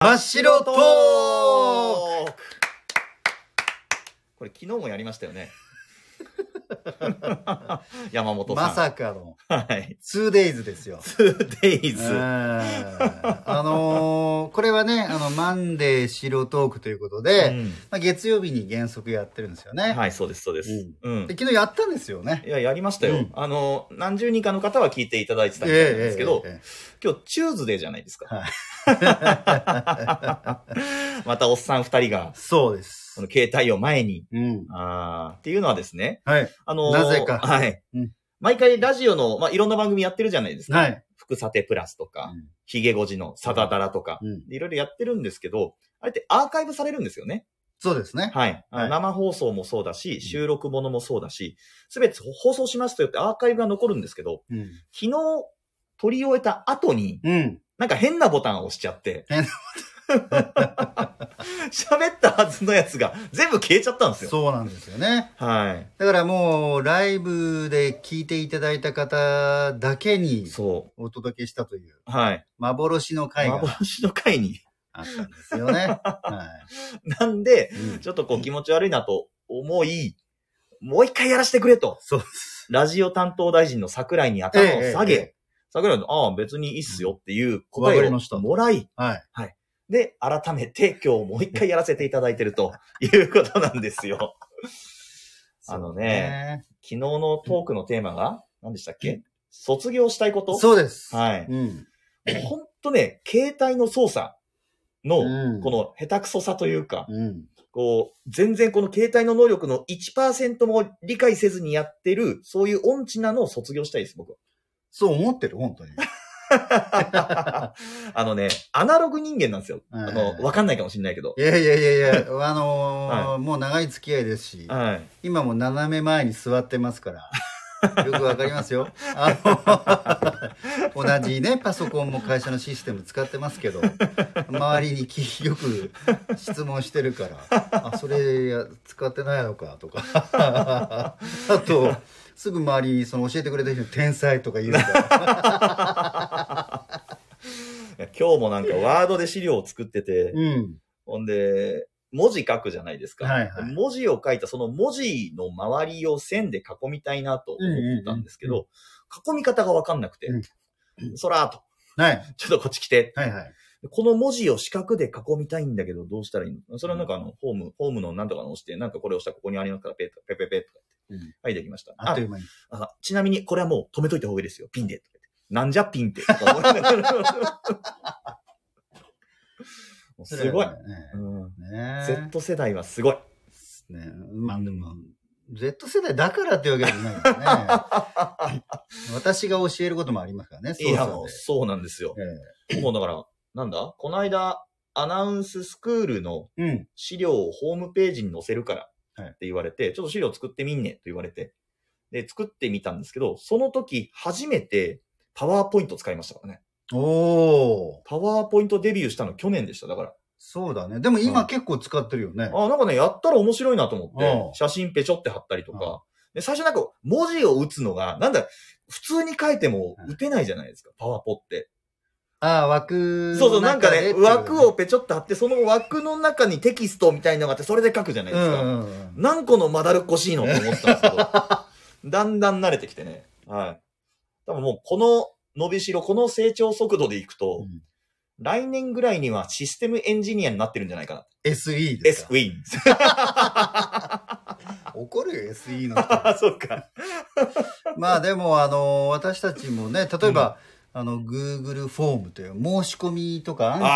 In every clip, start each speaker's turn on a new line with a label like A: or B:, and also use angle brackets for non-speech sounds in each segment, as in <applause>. A: 真っ白トーク
B: これ昨日もやりましたよね。 <laughs> 山本さん。
A: まさかの
B: はい。
A: 2days ですよ。う
B: 2days。
A: ーんあのーこれはね、あの、マンデー白トークということで、まあ、月曜日に原則やってるんですよ
B: う
A: ね。
B: んはい、そうです、そうです。うん
A: で。昨日やったんですよね
B: い。や、やりましたよ、
A: うん
B: あの、何十人かの方は聞いていただいてたみたいなんですけど、今日、チューズデーじゃないですか。 <laughs>
A: はい
B: またおっさん二人が、
A: <laughs> そうです
B: こ。の携帯を前に、
A: うん。
B: あーっていうのはですね、
A: はい。
B: あのー
A: なぜか
B: はい、
A: うん
B: 毎回ラジオの、まあ、いろんな番組やってるじゃないですか。
A: はい。
B: 福さてプラスとか、ヒゲゴジのサダダラとか、
A: うん
B: いろいろやってるんですけど、あれってアーカイブされるんですよね。
A: そうですね。
B: はい。あの
A: はい
B: 生放送もそうだし、収録ものもそうだし、すべて放送しますと言ってアーカイブが残るんですけど、
A: うん。
B: 昨日撮り終えた後に、
A: うん。
B: なんか変なボタンを押しちゃって
A: 変な、
B: 喋ったはずのやつが全部消えちゃったんですよ。
A: そうなんですよね。
B: は
A: だからもう、ライブで聞いていただいた方だけ
B: い。
A: に
B: そ
A: お届けしたという、
B: う。はい。
A: 幻の回が
B: 幻の回に。
A: あったんですよね。は
B: なんで
A: い。、うん
B: ちょっとこう気持ち悪いなと思い、もう一回やらせてくれと。
A: そうで
B: ラジオ担当大臣の桜井に頭を下げ、
A: ええええ
B: 桜井の、ああ、別にいいっすよっていう答え
A: わかりました
B: をもらい、
A: はい。
B: で、改めて今日もう一回やらせていただいてると <laughs> いうことなんです <laughs> よ。あのね、昨日のトークのテーマが、何でしたっけ卒業したいこと
A: そうです。
B: はい
A: うん。
B: もうほんとね、携帯の操作の、
A: うん
B: こ、の下手くそさというか、
A: うん。
B: こう、全然この携帯の能力の1%も理解せずにやってる、そういう音痴なのを卒業したいです、僕は。
A: そう思ってる、本当に。
B: <laughs> あのね、アナログ人間なんですよ。
A: あ
B: <laughs> あの、わかんないかもしれないけど。
A: いやいやいやいや、あのーもう長い付き合いですし、
B: はい。
A: 今も斜め前に座ってます
B: <laughs>
A: から、よくわかりますよ。あの同じね、パソコンも会社のシステム使ってますけど、周りにきよく質問してるから、あ、それや使ってないのかと
B: <laughs>
A: か、あと、すぐ周りにその教えてくれた人に天才とか言う
B: <laughs>
A: から、
B: いや今日もなんかワードで資料を作ってて、
A: うん。
B: ほんで、文字書くじゃないですか。
A: はいはい
B: 文字を書いたその文字の周りを線で囲みたいなと思ったんですけど、囲み方がわかんなくて、
A: うん
B: そらーと、
A: はい。
B: ちょっとこっち来て、
A: はいはい。
B: この文字を四角で囲みたいんだけど、どうしたらいいのそれはなんかあの、ホーム、ホームのなんとかの押して、なんかこれ押したらここにありますから、ペッとか、ペッペッペッとか言って、
A: うん
B: はい、できました。
A: あっという間に。
B: あ、ちなみにこれはもう止めといた方がいいですよ。ピンで。なんじゃピンって。とか思いながらもうすごい
A: ね。
B: うん
A: ね
B: Z 世代はすごい。
A: ね。まあでも、Z 世代だからってわけじゃないよ
B: <laughs>
A: ね。私が教えることもありますからね、
B: いや、もうそうなんですよ
A: う。で
B: もうだから、なんだこの間、アナウンススクールの
A: ええうん。
B: 資料をホームページに載せるから
A: はい
B: って言われて、ちょっと資料作ってみんねと言われて、で、作ってみたんですけど、その時初めてパワーポイント使いましたからね。
A: おー。
B: パワーポイントデビューしたの去年でした。だから。
A: そうだね。でも今
B: うん
A: 結構使ってるよね。
B: あ、なんかね、やったら面白いなと思
A: う
B: っ
A: ん
B: て、写真ペチョって貼ったりと
A: う
B: か、で最初なんか文字を打つのが、なんだ、普通に書いても打てないじゃないですか、パワポって。
A: ああ、枠
B: そうそう、なんかね、枠
A: を。
B: をペチョって貼って、その枠の中にテキストみたいのがあって、それで書くじゃないうです
A: ん
B: か。
A: うんうん。
B: 何個のまだるっこしいのって思ってたんですけど、だんだん慣れてきてね。はい。多分もうこの伸びしろ、この成長速度でいく
A: う
B: と、
A: ん
B: 来年ぐらいにはシステムエンジニアになってるんじゃないかな。
A: SE です
B: S
A: か。
B: ウィン。
A: <laughs> 怒るよ、SE の人。 <laughs>
B: あ、そうか。
A: まあでも、あの、私たちもね、例えば、あの、Google フォームという申し込みとかアンケー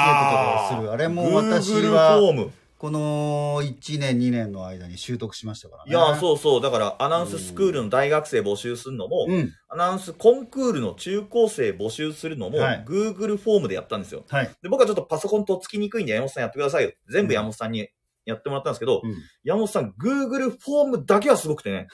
A: トとかをする、あれも私
B: Google フォ
A: は、
B: ーム。
A: この1年、2年の間に習得しましたからね。
B: いやー、そうそう。だから、アナウンススクールの大学生募集するのも、
A: うん。
B: アナウンスコンクールの中高生募集するのも、
A: はい
B: Google フォームでやったんですよ。
A: はい。
B: で、僕はちょっとパソコンとっつきにくいんで、山本さんやってくださいよ。全部山本さんにやってもらったんですけど、山本さん、Google フォームだけはすごくてね、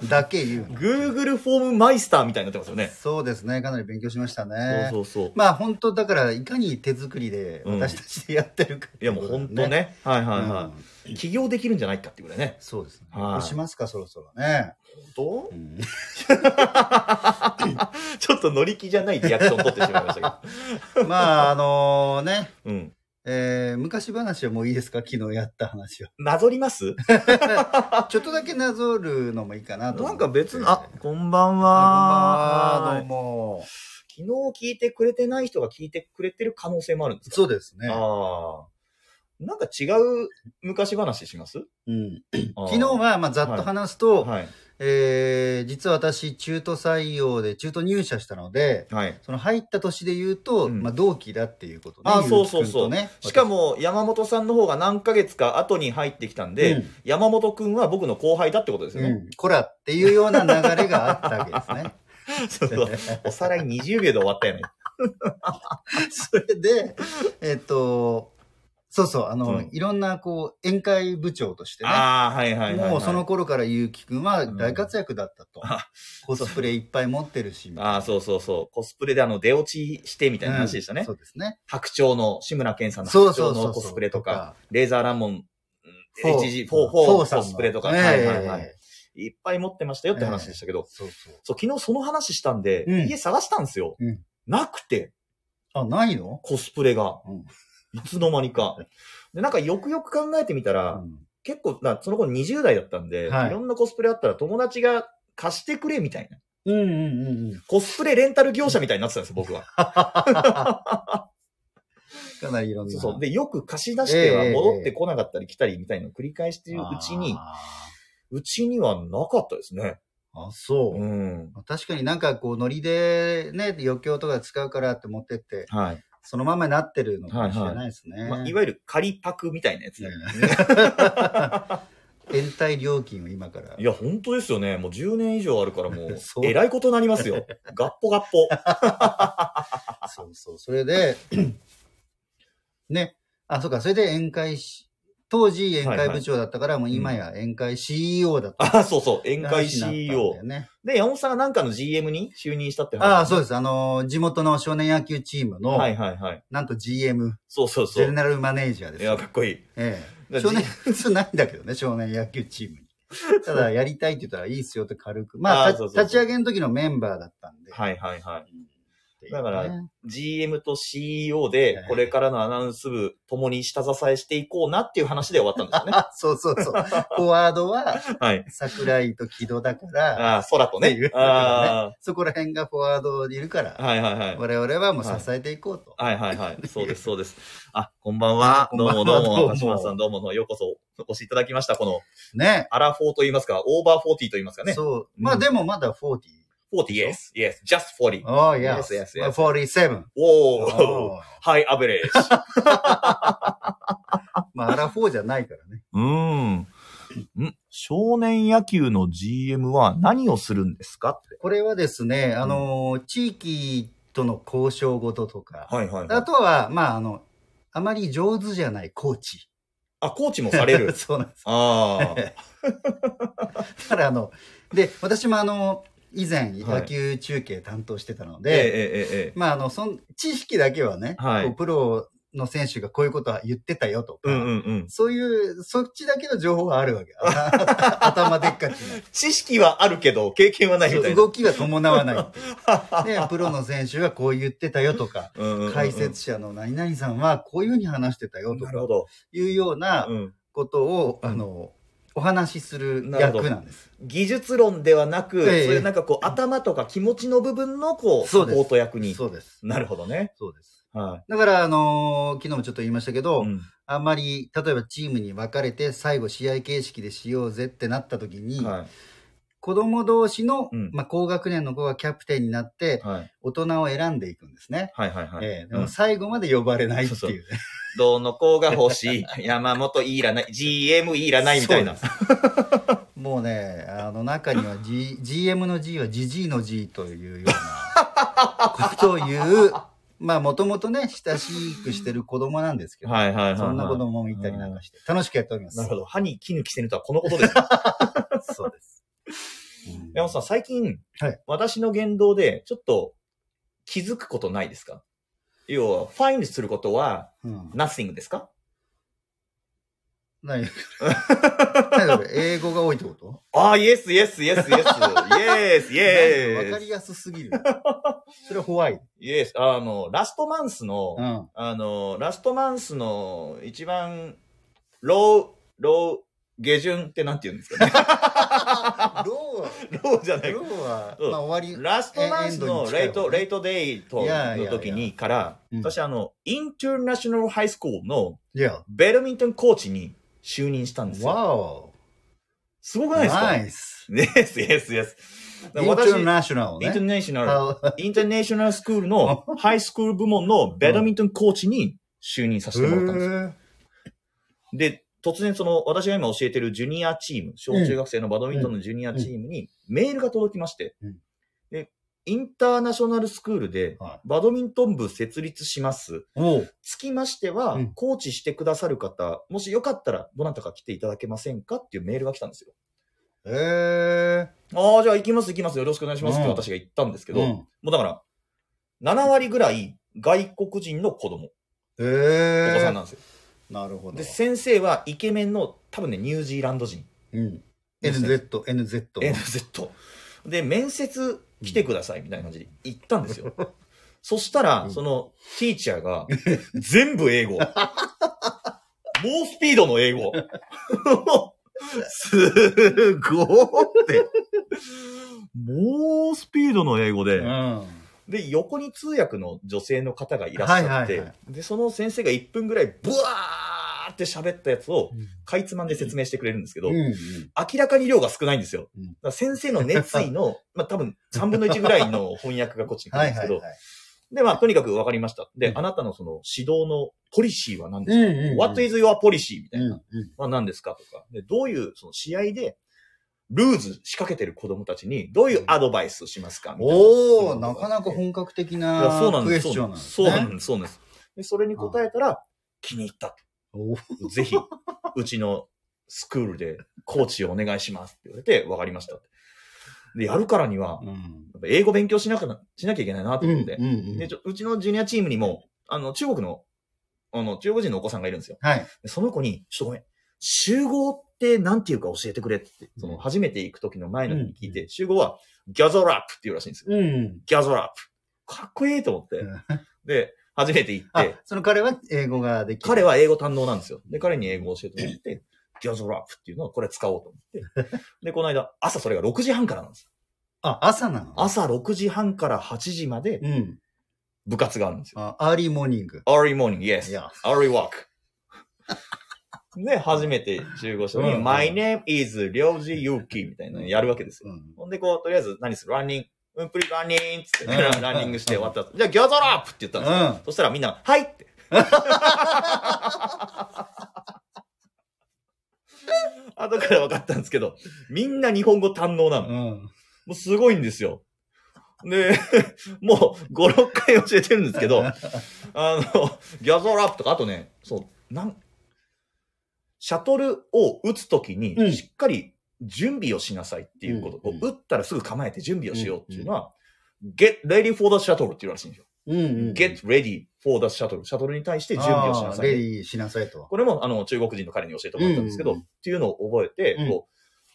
A: うん。だけ言うの。
B: Google フォームマイスターみたいになってますよね。
A: そうですね。かなり勉強しましたね。
B: そうそうそう。
A: まあ本当だから、いかに手作りで
B: うん
A: 私たちでやってるかって
B: いや、
A: こ
B: もう
A: と
B: 本当ね。。はいはいはい。
A: うん
B: 起業できるんじゃないかっていうぐらいね。
A: そうですね。
B: はい
A: こうしますか、そろそろね。
B: どう
A: <laughs> うん
B: ちょっと乗り気じゃないリアクション取ってしまいましたけど。
A: まあ、あのね、
B: <laughs> うん。
A: えー昔話はもういいですか昨日やった話は。
B: なぞります
A: ちょっとだけなぞるのもいいかなと思
B: な
A: っ
B: ん
A: て。
B: か別に、あ、こんばん
A: あ、
B: は。
A: こんばんは、どうも。
B: 昨日聞いてくれてない人が聞いてくれてる可能性もあるんですか
A: そうですね。
B: ああ。なんか違う昔話します
A: うん、
B: 昨
A: 昨日は、まあ、ざっと話すと、
B: はい。
A: えー実は私、中途採用で、中途入社したので、
B: はい。
A: その入った年で言うと、
B: うん
A: まあ、同期だっていうことね。
B: あ
A: ゆ
B: そう
A: き
B: そうそう
A: くんとね、
B: しかも、山本さんの方が何ヶ月か後に入ってきたんで、
A: うん
B: 山本くんは僕の後輩だってことですよ
A: う
B: ね。
A: ん、こらっていうような流れがあったわ
B: <laughs> そう
A: け
B: そう。
A: ですね
B: おさらい20秒で終わったよね。
A: それ <laughs> で、えっと、そうそう、あの、
B: うん
A: いろんな、こう、宴会部長としてね、
B: ああ、はいはいはい、はい。
A: もうその頃からゆうきくんは大活躍だったと。
B: あ
A: コスプレいっぱい持ってるし、みたい
B: ああ、そうそうそう。コスプレであの、出落ちしてみたいな話でしたね。
A: そうですね。
B: 白鳥の、志村けんさんの
A: そ
B: 白
A: うそう
B: 鳥
A: そうそ
B: の
A: う。
B: コスプレとか、。レーザーラモン、
A: フォー
B: HG、4、
A: フォー
B: 4
A: さん
B: コ
A: の
B: スプレとか、
A: ええ
B: はいはいはい。いっぱい持ってましたよって話でしたけど、
A: そうそう。
B: そう、昨日その話したんで、
A: うん
B: 家探したんですよ。
A: うん
B: なくて、
A: あ、ないの
B: コスプレが。
A: うん
B: いつの間にか。で、なんかよくよく考えてみたら、
A: う
B: 結構、なその頃20代だったんで、
A: はい
B: い、ろんなコスプレあったら友達が貸してくれみたいな。
A: んうんうんうんうん。
B: コスプレレンタル業者みたいになってたんですよ、僕は。
A: かなりいろんな。
B: そうそう。で、よく貸し出しては
A: ええ
B: 戻ってこなかったり来たりみたいなのを繰り返している
A: あー
B: うちに、うちにはなかったですね。
A: あ、そう。
B: うん。
A: 確かになんかこうノリでね、余興とか使うからって持ってって、
B: はい。
A: そのままになってるのかもしれないですね。
B: まあ、いわゆる仮パクみたいなやつだよね。
A: <laughs> 延滞料金を今から
B: い。や、本当ですよね。もう10年以上あるからもう
A: <laughs> そ、う
B: えらいことになりますよ。ガッポガッ
A: <laughs>
B: ポ。
A: そうそう。それで、ね。あ、そうか。それで宴会し、当時宴会部長だったから、もう今や宴会 CEO だった。
B: あ、そうそう、宴会 CEO
A: 話になっ。たんだよね。
B: で、山本さんがなんかの GM に就任したって話。
A: ああ、そうです。あのー、地元の少年野球チームの、
B: はいはいはい。
A: なんと GM、
B: そうそうそ
A: ゼネ
B: う。
A: ラルマネージャーで
B: い
A: す
B: や、
A: よ。
B: かっこいい。
A: ええ。<laughs>
B: だ
A: 少年、普通ないんだけどね、少年野球チームに。ただ、やりたいって言ったらいいっすよって軽く。まあ、
B: あー
A: た
B: そうそうそう
A: 立ち上げの時のメンバーだったんで。
B: はいはいはい。
A: っていうね
B: だから、GM と CEO で
A: え、え
B: これからのアナウンス部、共に下支えしていこうなっていう話で終わったんですよね。
A: あ、そうそうそう。フォワードは
B: <laughs> はい。空
A: 桜井と木戸だから、
B: ああ、空と
A: っていう
B: ね。
A: ことだね
B: あ
A: そこら辺がフォワードにいるから、
B: あ。はいはいはい。
A: 我々はもう支えていこうと。
B: はいはいはい。そうです、そうです。あ、こんばんは。
A: こん
B: ど
A: ばん
B: う
A: は
B: もどう
A: どうも
B: も。橋本さんどうも。ようこそお越しいただきました。この、
A: ね。
B: アラフォーと言いますか、オーバーフォーティーと言いますかね。
A: そう。まあ
B: うん
A: でもまだ40。
B: フォーティー、yes, yes, just 40.
A: おー、いや。
B: Yes, yes, yes.
A: 47。
B: おー。 <laughs>
A: おー
B: はい、アベレージ。
A: まあ、アラフォーじゃないからね。
B: うーん。ん少年野球の GM は何をするんですかって。
A: これはですね、あのー、地域との交渉事とか、
B: はいはい、は
A: あ
B: い。
A: とは、まあ、あの、あまり上手じゃないコーチ。
B: あ、コーチもされる。
A: <laughs> そうなんです。 <laughs>
B: あ
A: だから、あの、で、私もあの、以前
B: はい
A: 野球中継担当してたの
B: ー。え
A: で、
B: えええええ
A: まあ、あの、そん、知識だけはね、
B: はい
A: こうプロの選手がこういうことは言ってたよとか、
B: うんうんうん。
A: そういう、そっちだけの情報はあるわけ。あ <laughs> 頭でっかち
B: 知識はあるけど、経験は
A: な
B: な
A: い
B: みたいな。
A: 動きが伴わないって
B: <laughs>
A: いう。で、プロの選手がこう言ってたよとか、
B: うんうんうん
A: 解説者の何々さんはこういうふうに話してたよと
B: なるほ
A: か、
B: ど。
A: いうような
B: うん
A: ことを、
B: うん
A: あの、お話しする役なんです。
B: 技術論ではなく、
A: ええ
B: そういうなんかこう、頭とか気持ちの部分のこう、
A: そう
B: サポ
A: です
B: ート役に。
A: そうです。
B: なるほどね。
A: そうです。
B: は
A: だから、あのー昨日もちょっと言いましたけ
B: い。
A: ど、
B: うん
A: あんまり、例えばチームに分かれて、最後試合形式でしようぜってなった時に、
B: は
A: 子供同士の、
B: うん
A: まあ、高学年の子がキャプテンになっ
B: い。
A: て、
B: はい。
A: 大人を選んでいくんですね。
B: はい。はい。はい。
A: ええで
B: う
A: も
B: ん
A: 最後まで呼ばれないっていうね。
B: どの子が欲しい <laughs> 山本いらない。GM いらないみたいな。
A: もうね、あの中には、G、GM の G はジジイの G というようなことを言う、まあもともとね、親しくしてる子供なんですけど、
B: はいはいはいはい。
A: そんな子供もいたりなんかして、楽しくやっております。
B: なるほど。歯に衣着せぬとはこのことですね。
A: そうです。うん
B: 山本さん、最近、
A: はい
B: 私の言動で、ちょっと気づくことないですか要は、ファインすることは、
A: うん
B: ナッシングですか <laughs>
A: 何何それ英語が多いってこと
B: ああ、イエス、イエス、イエ
A: <laughs>
B: ス、イエス、イエス、イ
A: なんかわ
B: エ
A: か
B: ス
A: り。やすすぎる。それはホワイト。
B: イエス、あの、ラストマンスの、
A: うん。
B: あの、ラストマンスの一番、ロー、ロー、下旬ってなんて言うんですかね。 <laughs>
A: ロ
B: ローじゃな
A: ーは、
B: い
A: ロ。ーは、
B: うん
A: まあ終わり。
B: ラストマンスのレイト、
A: え
B: レイトデイと
A: いやいやい
B: の
A: や
B: 時にから、
A: うん
B: 私あの、インターナショナルハイスクールの
A: いや、
B: ベドミントンコーチに就任したんですよ。
A: わお。
B: すごくないですか
A: ナイス。
B: イエス、イエス、イエス。
A: イ
B: 私、イ
A: ン
B: ンタ
A: ター
B: ー
A: ナショナルね。
B: ナショナル、
A: あ
B: インターナショナルスクー
A: <laughs>
B: ルのハイスクール部門のベドミントンコーチに就任させてもらったんですよ。で、突然その、私が今教えてるジュニアチーム、小中学生のバドミントンのジュニアチームにメールが届きまして、
A: うん
B: で、インターナショナルスクールで
A: は、
B: バドミントン部設立します。
A: おう
B: つきましては、
A: うん
B: コーチしてくださる方、もしよかったら、どなたか来ていただけませんかっていうメールが来たんですよ。
A: え
B: ああ、じゃあ行きます行きます。よろしくお願いしますって
A: うん
B: 私が言ったんですけ
A: ー。
B: ど、
A: う
B: も
A: ん
B: うだから、7割ぐらい外国人の子供、
A: え
B: お子さん
A: ー
B: なんですよ。
A: なるほど
B: で、。先生はイケメンの、多分ね、ニュージーランド人。
A: うん。NZ、NZ。
B: NZ。で、面接来てくださいみたいな感じで行ったんですよ。そしたら
A: う、ん
B: その、ティーチャーが、全部英語。猛スピードの英語。すごって。猛スピードの英語
A: う
B: で。
A: ん。
B: で、横に通訳の女性の方がいらっしゃって、
A: はいはいはい
B: で、その先生が1分ぐらい、ブワーって喋ったやつを、かいつまんで説明してくれるんですけど、
A: うんうん。
B: 明らかに量が少ないんですよ。
A: うん
B: だから先生の熱意の、 <laughs> まあ多分3分の1ぐらいの翻訳がこっちに来るん
A: は
B: で
A: い
B: す
A: は
B: け
A: い
B: ど、
A: はい。
B: で、まあとにかくわかりました。で、
A: うん
B: あなたのその指導のポリシーは何で
A: う
B: す
A: ん
B: か、
A: うんうん。
B: ?What is your policy? みた
A: う
B: い
A: ん
B: な。
A: うん。
B: は何ですかとか。で、どういうその試合で、ルーズ仕掛けてる子供たちにどういうアドバイスしますかみたいな。
A: おおなかなか本格的
B: いや
A: な
B: そうなん
A: ク
B: で
A: エ
B: す。
A: スチョンなんです
B: そう
A: ね。
B: なんです。そうなんです。で、それに答えたら、気に入った
A: おー
B: と。 <laughs> ぜひ、うちのスクールでコーチをお願いしますって言われて、わかりました。で、やるからには、
A: うん。
B: やっぱ英語勉強しなくな、しなきゃいけないなと
A: うん
B: 思って。
A: うんうん
B: でちょうちのジュニアチームにも、あの、中国の、あの、中国人のお子さんがいるんですよ。
A: はい。
B: でその子に、ちょっとごめん、集合ってなんていうか教えてくれって、その、初めて行く時の前の日に聞いて、集合は、ギャザーラップっていうらしいんですよ。
A: うん。
B: ギャザーラップ。かっこいいと思って。で、初めて行っ
A: あ
B: て、、
A: その彼は英語ができる。
B: 彼は英語堪能なんですよ。で、彼に英語を教えてもらって、ギャザーラップっていうのをこれ使おうと思って。で、この間、朝それが6時半からなんですよ。
A: あ、朝なの
B: 朝6時半から8時まで
A: うん。
B: 部活があるんですよ。
A: あアーリーモーニング。
B: early morning,
A: い
B: yes.
A: や。
B: early walk. で、初めて集合した時に、
A: うん
B: my name is りょうじゆうきみたいなのやるわけですよ。
A: うん。
B: ほんで、こう、とりあえず何するランニング。うんぷりランニングっつって、
A: うん
B: ランニングして終わった後。じゃあ、ギャザーラップって言ったんですよ。
A: うん
B: そしたらみんな、はいって。 <laughs> 後から分かったんですけど、みんな日本語堪能なの。
A: う
B: も
A: ん。
B: うすごいんですよ。で、もう5、6回教えてるんですけど、あの、ギャザーラップとか、あとね、そう、なん、シャトルを打つとき
A: う
B: に、
A: ん
B: しっかり準備をしなさいっていうこと。こ
A: うん
B: う打ったらすぐ構えて準備をしようっていうのは、get ready for the shuttle っていうらしいんですよ。
A: うんうん。
B: get ready for the shuttle。シャトルに対して準備をしな
A: あー
B: さ
A: レ
B: い。
A: ディーしなさいと。
B: これも、あの、中国人の彼に教えてもらったんですけど、
A: うん
B: っていうのを覚えて、
A: うん
B: こう、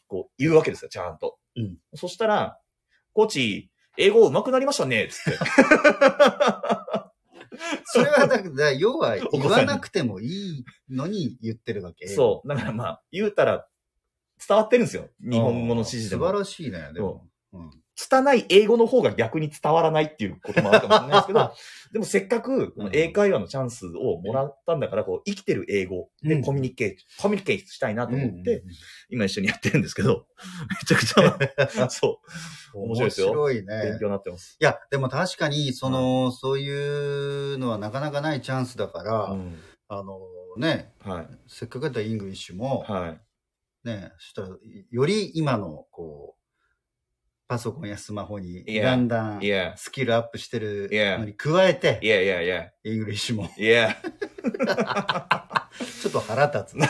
B: こう言うわけですよ、ちゃんと。
A: うん
B: そしたら、コーチ、英語上手くなりましたね、つって。
A: それはだから、要は
B: お
A: 言
B: 子さん
A: わ
B: に
A: なくてもいいのに言ってるわけ。う。
B: そう。だからまあ、言うたら、伝わってるんですよ。日本語の指示で
A: 素晴
B: も。
A: らしいね、でも。うん。
B: 拙い英語の方が逆に伝わらないっていうこともあるかもしれないです
A: <laughs>
B: けど、でもせっかく、この英会話のチャンスをもらったんだから、こう、生きてる英語
A: う
B: で
A: ん
B: コミュニケーション、コミュニケーションしたいなと思っ
A: うんうん
B: て
A: う、
B: 今一緒にやってるんですけど、めちゃくち
A: <laughs>
B: ゃ、そう、
A: ん、
B: 面白いですよ
A: 面白い
B: 勉
A: ね
B: 強。になってます。
A: いや、でも確かに、その、そういうのはなかなかないチャンスだから、
B: うん
A: あのね、
B: はい。
A: せっかくだったらイングリッシュも、
B: はい。
A: ね、そしたら、より今の、こう、パソコンやスマホに、
B: Yeah.
A: だんだん、
B: Yeah.
A: スキルアップしてる
B: Yeah.
A: のに加えて、
B: Yeah, yeah,
A: イングリッシュも、 <laughs>
B: yeah. Yeah.
A: ちょっと腹立
B: <laughs>
A: つな。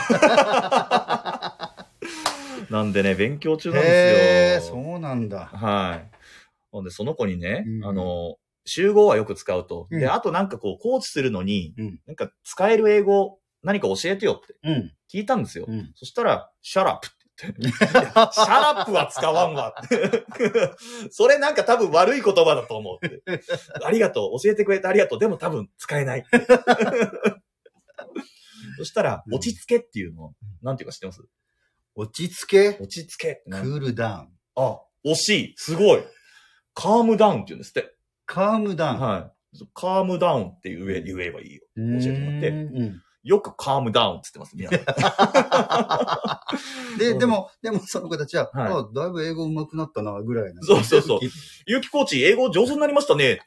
B: なんでね、勉強中なん
A: へ
B: で
A: え、
B: すよ。
A: そうなんだ。
B: はい。ほんで、その子にね、
A: うん
B: あの、集合はよく使うと。
A: うん
B: で、あとなんかこう、コーチするのに、
A: うん
B: なんか使える英語、何か教えてよって
A: うん。
B: 聞いたんですよ。 <laughs>
A: うん。
B: そしたら、シャラップって言って。いやシャラップは使わんわ <laughs> って。それなんか多分悪い言葉だと思うって。ありがとう。教えてくれてありがとう。でも多分使えない。 <laughs> そしたら、
A: うん
B: 落ち着けっていうのを、なんていうか知ってます
A: 落ち着け、
B: 落ち着けって
A: ク
B: なん
A: ールダウン。
B: あ、惜しい。すごい。カームダウンって言うんですって。
A: カームダウン。
B: はい。カームダウンって言え言えばいいよ。
A: うーん
B: 教えてもらって
A: うん
B: よくカームダウンって言ってま
A: <laughs>
B: す、皆さん。
A: で、
B: うん
A: でも、でもその子たちは、
B: はい
A: あだいぶ英語上手くなったな、ぐらいな。
B: そうそうそう。ゆうきコーチ、英語上手になりまし
A: <laughs>
B: たねって。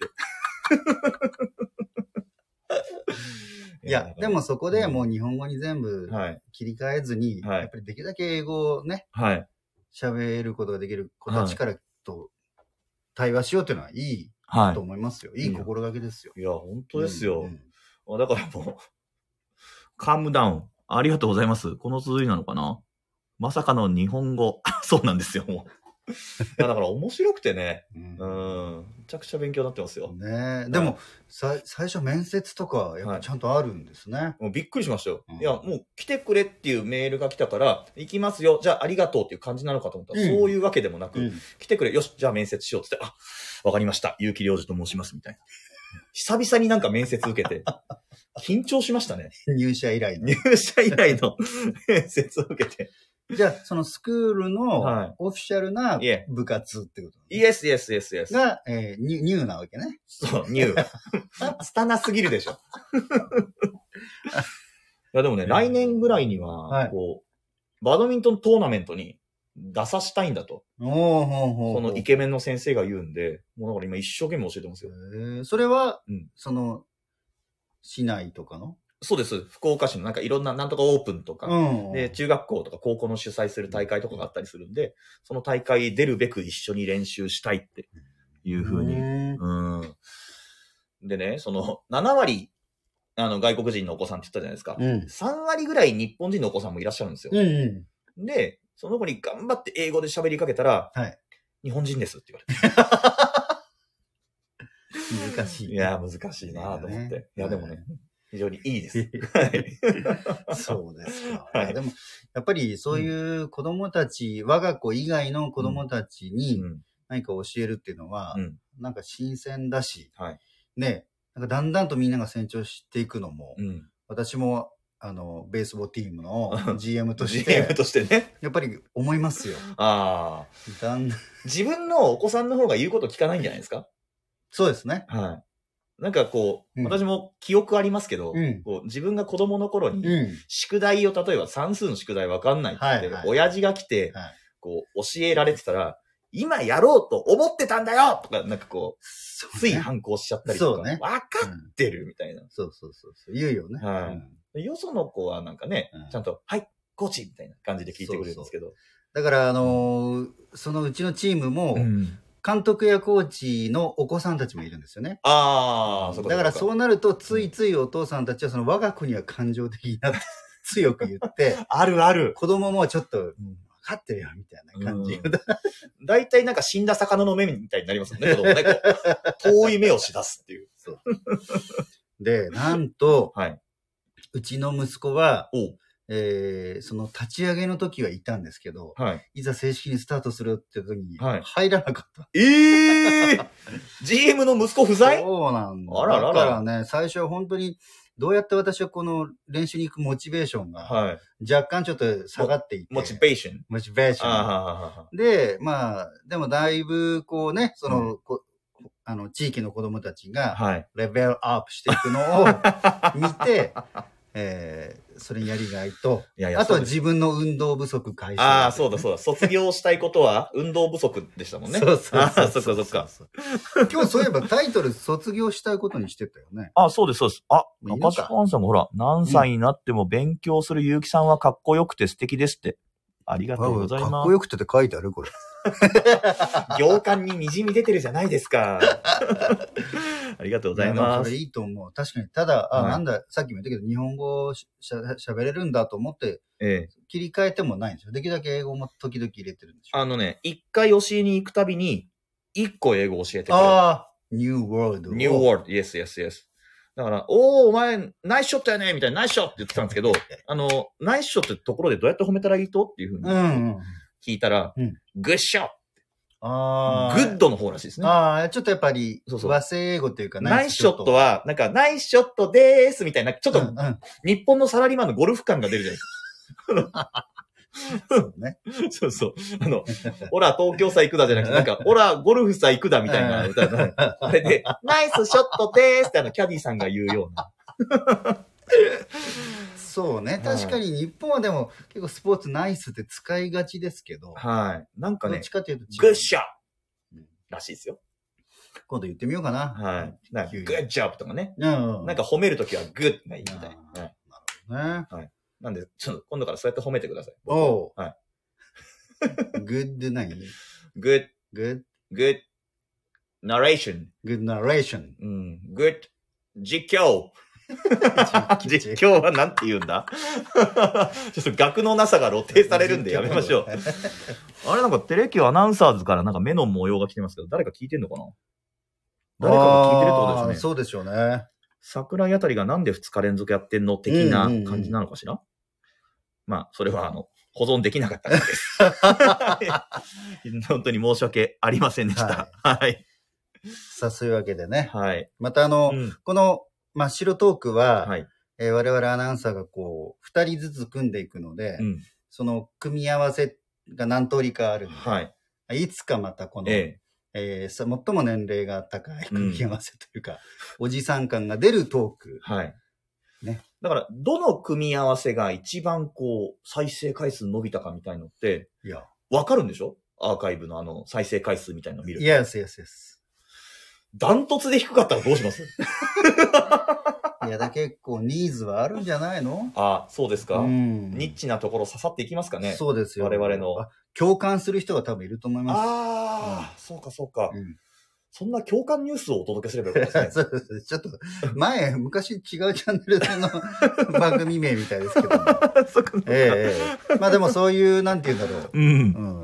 A: いや、でも、そこでもう日本語に全部
B: はい、
A: 切り替えずに、
B: はい
A: やっぱりできるだけ英語をね、
B: はい、
A: 喋ることができる子たちからと対話しようっていうのはいい
B: は
A: と思いますよ。い、い
B: いいよ
A: 心がけですよ。
B: い。いや、本当ですよ。
A: うん
B: あだからもう、カームダウン。ありがとうございます。この続きなのかなまさかの日本語。 <laughs> そうなんですよ、もう。いや、だから面白くてね。
A: うん
B: うん。めちゃくちゃ勉強になってますよ。
A: ねえでも、さ最初面接とか、やっぱちゃんとあるんですね。
B: もうびっくりしましたよ。
A: うん
B: いや、もう来てくれっていうメールが来たから、行きますよ。じゃあありがとうっていう感じなのかと思ったら、
A: うん
B: そういうわけでもなく、
A: うん
B: 来てくれ。よし、じゃあ面接しようって言って、あ、わかりました。結城良二と申します。みたいな。久々になんか面接受
A: <laughs>
B: けて、緊張しましたね。
A: 入社以来
B: <laughs>
A: の。
B: 入社以来 <laughs> の面接を受けて。
A: じゃあ、そのスクール
B: はい
A: のオフィシャルない
B: え
A: 部活ってこと、
B: イエス、イエス、イエス、イエス。
A: が、えーニューニューなわけね。
B: そう、ニュー。拙なすぎるでし <laughs> ょ。いや、でもね、来年ぐらいに
A: は
B: は、
A: い
B: こう、バドミントントーナメントに出さしたいんだと。
A: おおほうほう
B: そのイケメンの先生が言うんで、もうだから今一生懸命教えてますよ。
A: へえそれは、
B: うん
A: その、市内とかの
B: そうです。福岡市のなんかいろんななんとかオープンとか、
A: ん
B: で、中学校とか高校の主催する大会とかがあったりするんで、その大会出るべく一緒に練習したいっていう風に。
A: に。
B: うん。でね、その7割、あの外国人のお子さんって言ったじゃないですか。
A: うん。
B: 3割ぐらい日本人のお子さんもいらっしゃるんですよ
A: うん。う
B: で、その子に頑張って英語で喋りかけたら、
A: はい
B: 日本人ですって言われて。
A: ん。難しい。
B: いや、難しいなと思っ
A: いい
B: て
A: ね。
B: いや、でもね、非常にいいです。
A: そうですか。
B: <laughs> はい
A: でも、やっぱりそういう子供たち、我が子以外の子供たちに
B: うん
A: 何か教えるっていうのは、
B: うん
A: なんか新鮮だし、
B: はい
A: ね、なんかだんだんとみんなが成長していくのも、
B: うん。
A: 私も、あの、ベースボールチームの GM とし
B: GM
A: て、
B: としてね。
A: やっぱり思いますよ。
B: ああ。
A: だんだん
B: 自分のお子さんの方が言うこと聞かないんじゃないですか
A: そうですね。
B: はい。なんかこう、
A: うん
B: 私も記憶ありますけど、
A: うん
B: こう自分が子供の頃に、
A: うん。
B: 宿題を例えば算数の宿題わかんないって言って、
A: はいはい
B: 親父が来て、
A: はい
B: こう教えられてたら、今やろうと思ってたんだよとか、なんかこ、
A: そうう
B: つい
A: ね
B: 反抗しちゃったりとか、
A: そう
B: わ
A: ね
B: か
A: う
B: っ
A: ん
B: てるみたいな。
A: そうそうそうそう。言うよね。
B: はい
A: うん
B: でよその子はなんかね、
A: うん
B: ちゃんと、はい、コーチみたいな感じで聞いてくれるんですけど。
A: だから、あのーそのうちのチームも、
B: うん
A: 監督やコーチのお子さんたちもいるんですよね。
B: ああ、そこ
A: だからそうなると、ついついお父さんたちは、その我が子には感情的になって、強く言って、 <laughs>
B: あるある。
A: 子供もちょっと、分かってるよ、みたいな感じ。
B: うん <laughs> 大体なんか死んだ魚の目みたいになりますもんね、子供ね。こう遠い目をしだすっていう。
A: で、なんと、
B: はいう
A: ちの息子は、
B: おう
A: えーその立ち上げの時はいたんですけど、
B: は
A: い
B: い。
A: ざ正式にスタートするって時に、
B: はい
A: 入らなかった。
B: ええー、!GM の息子 <laughs> 不在
A: そうなんだ。
B: あららら
A: だからね、最初は本当に、どうやって私はこの練習に行くモチベーションが、
B: は
A: 若干ちょっと下がっていて、
B: い。モチベーション。
A: モチベーションが。
B: あ
A: で、まあ、でもだいぶ、こうね、その、
B: う
A: こあの、地域の子供たち
B: あ、
A: が、
B: はい。
A: レベルアップしていくの
B: <laughs>
A: を見て、えーそれにやりがいと、
B: いやいや、
A: あとは
B: そうです
A: 自分の運動不足解消。
B: ああ、そうだそうだ。卒業したいことは運動不足でしたもんね。
A: そうそう
B: あ
A: そう
B: ーそっかそっか。
A: 今日そういえばタイトル卒業したいことにしてたよね。
B: あそうです、そうです。あ、
A: もういいのか
B: ンさんもほら、何になっても勉強する結城さんはかっこよくて素敵ですって。ありが
A: かっ
B: <laughs>
A: こよくてって書いてあるこれ。
B: 行間に滲み出てるじゃないですか。ありがとうござい
A: やでも
B: ま
A: そ
B: す
A: れ。いいと思う。確かに。ただ、あ、
B: はい
A: なんだ、さっきも言ったけど、日本語をししゃ喋れるんだと思って、
B: ええ。
A: 切り替えてもないんですよ。できるだけ英語も時々入れてるんでしょ。
B: あのね、一回教えに行くたびに、一個英語教えてくれる。
A: ああ、ニューワールド。
B: New World, yes, yes, yes. だから、おー、お前、ナイスショットやねみたいな、ナイスショットって言ってたんですけど、あの、ナイスショットってところでどうやって褒めたらいいとっていうふうに
A: うん。
B: 聞いたら、
A: うん
B: グッショッ
A: あ
B: ト
A: あ。
B: グッドの方らしいですね。
A: ああ、ちょっとやっぱり、
B: そうそう
A: 和製英語というか、
B: ナイスショットは、なんか、ナイスショットでーすみたいな、ちょっ
A: うん、
B: と、日本のサラリーマンのゴルフ感が出るじゃない
A: うん、ね。
B: ですか。 <laughs> そうそう。あの、オラ東京さ行くだじゃなくて、なんか、オラゴルフさ行くだみたいな歌の、あれで、ナイスショットでーすってあの、キャディさんが言うような。
A: そうね。
B: い
A: 確かに日本はでも、結構スポーツナイスって使いがちですけど、
B: はい。なんか
A: どっ
B: ね
A: ち、かというと違う、
B: グッショ
A: うん
B: らしいですよ。
A: 今度言ってみようかな。
B: はい。なんか、グッジョブとかね。
A: うんうん。
B: なんか褒めるときはグッがいいみたい
A: あ
B: な。
A: ー
B: はい。
A: ね。
B: なんで、ちょっと今度からそうやって褒めてください。
A: おう。
B: はい。
A: グッド何
B: グッ、
A: グッ
B: グッ、ナレーション。
A: グッドナレーション。
B: うん。グッ、実況。 <laughs> <laughs> 実況はなんて言うんだ <laughs> ちょっと額のなさが露呈されるんでやめま
A: <laughs>
B: しょう。あれなんかテレキューアナウンサーズからなんか目の模様が来てますけど、誰か聞いてんのかな誰かが聞いてるってこ
A: あ
B: とで
A: ー
B: すね。
A: そうでしょうね。
B: 桜井あたりがなんで2日連続やってんの的な感じなのかしら、まあ、それはあの、保存できなかったから <laughs> です。本当に申し訳ありませんでした。はい。
A: さあ、そういうわけでね。
B: はい。
A: またあの、
B: うん
A: この真っ白トークは、
B: はい。
A: えー我々アナウンサーがこう、二人ずつ組んでいくので、
B: うん。
A: その組み合わせが何通りかあるんで、
B: はい。
A: い、つかまたこの、え
B: え
A: ーさ最も年齢が高い
B: うん
A: 組み合わせというか、おじさん感が出るトーク。
B: え。はい。
A: ね。
B: だから、どの組み合わせが一番こう、再生回数伸びたかみたいのって、
A: いや、
B: わかるんでしょアーカイブのあの、再生回数みたいの見る。
A: イエスイエスイエス。
B: ダントツで低かったらどうします
A: いや、だ結構ニーズはあるんじゃないの
B: あそうですか。
A: ん
B: ニッチなところ刺さっていきますかね。
A: そうですよ。
B: 我々の
A: あ。共感する人が多分いると思い <laughs> ます。
B: ああ、そうかそうか
A: う。ん
B: そんな共感ニュースをお届けすればよかったです
A: そうですちょっと、前、昔違うチャンネルでの <laughs> 番組名みたいですけど
B: <laughs>
A: も。
B: ね。そうか
A: ええええまあでもそういう、なんて言うんだろう。
B: うん。
A: う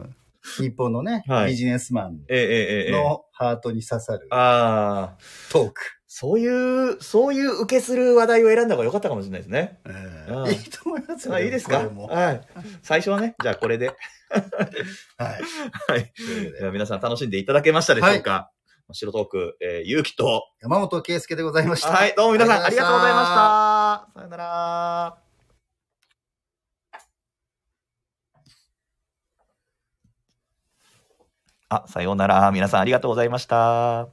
A: ん。日本のね、
B: はい
A: ビジネスマン
B: ええええええ。
A: のハートに刺さる
B: ああ、
A: トーク。
B: そういう、そういう受けする話題を選んだ方が良かったかもしれないですね。
A: ええ
B: ああ
A: いいと思いますよ
B: あいいですか
A: これも
B: はい。最初はね、じゃあこれで。
A: はい。
B: <laughs> はい。
A: というわけ
B: で
A: で
B: は皆さん楽しんでいただけましたでしょうか、白トーク、えー、ゆうきと。
A: 山本圭介でございました。
B: はい、どうも皆さんあ
A: あ
B: り
A: り
B: が
A: が
B: と
A: と
B: う
A: うご
B: ござ
A: ざ
B: い
A: い
B: ま
A: ま
B: し。
A: した
B: さよなら。あ、さようなら。皆さんありがとうございました。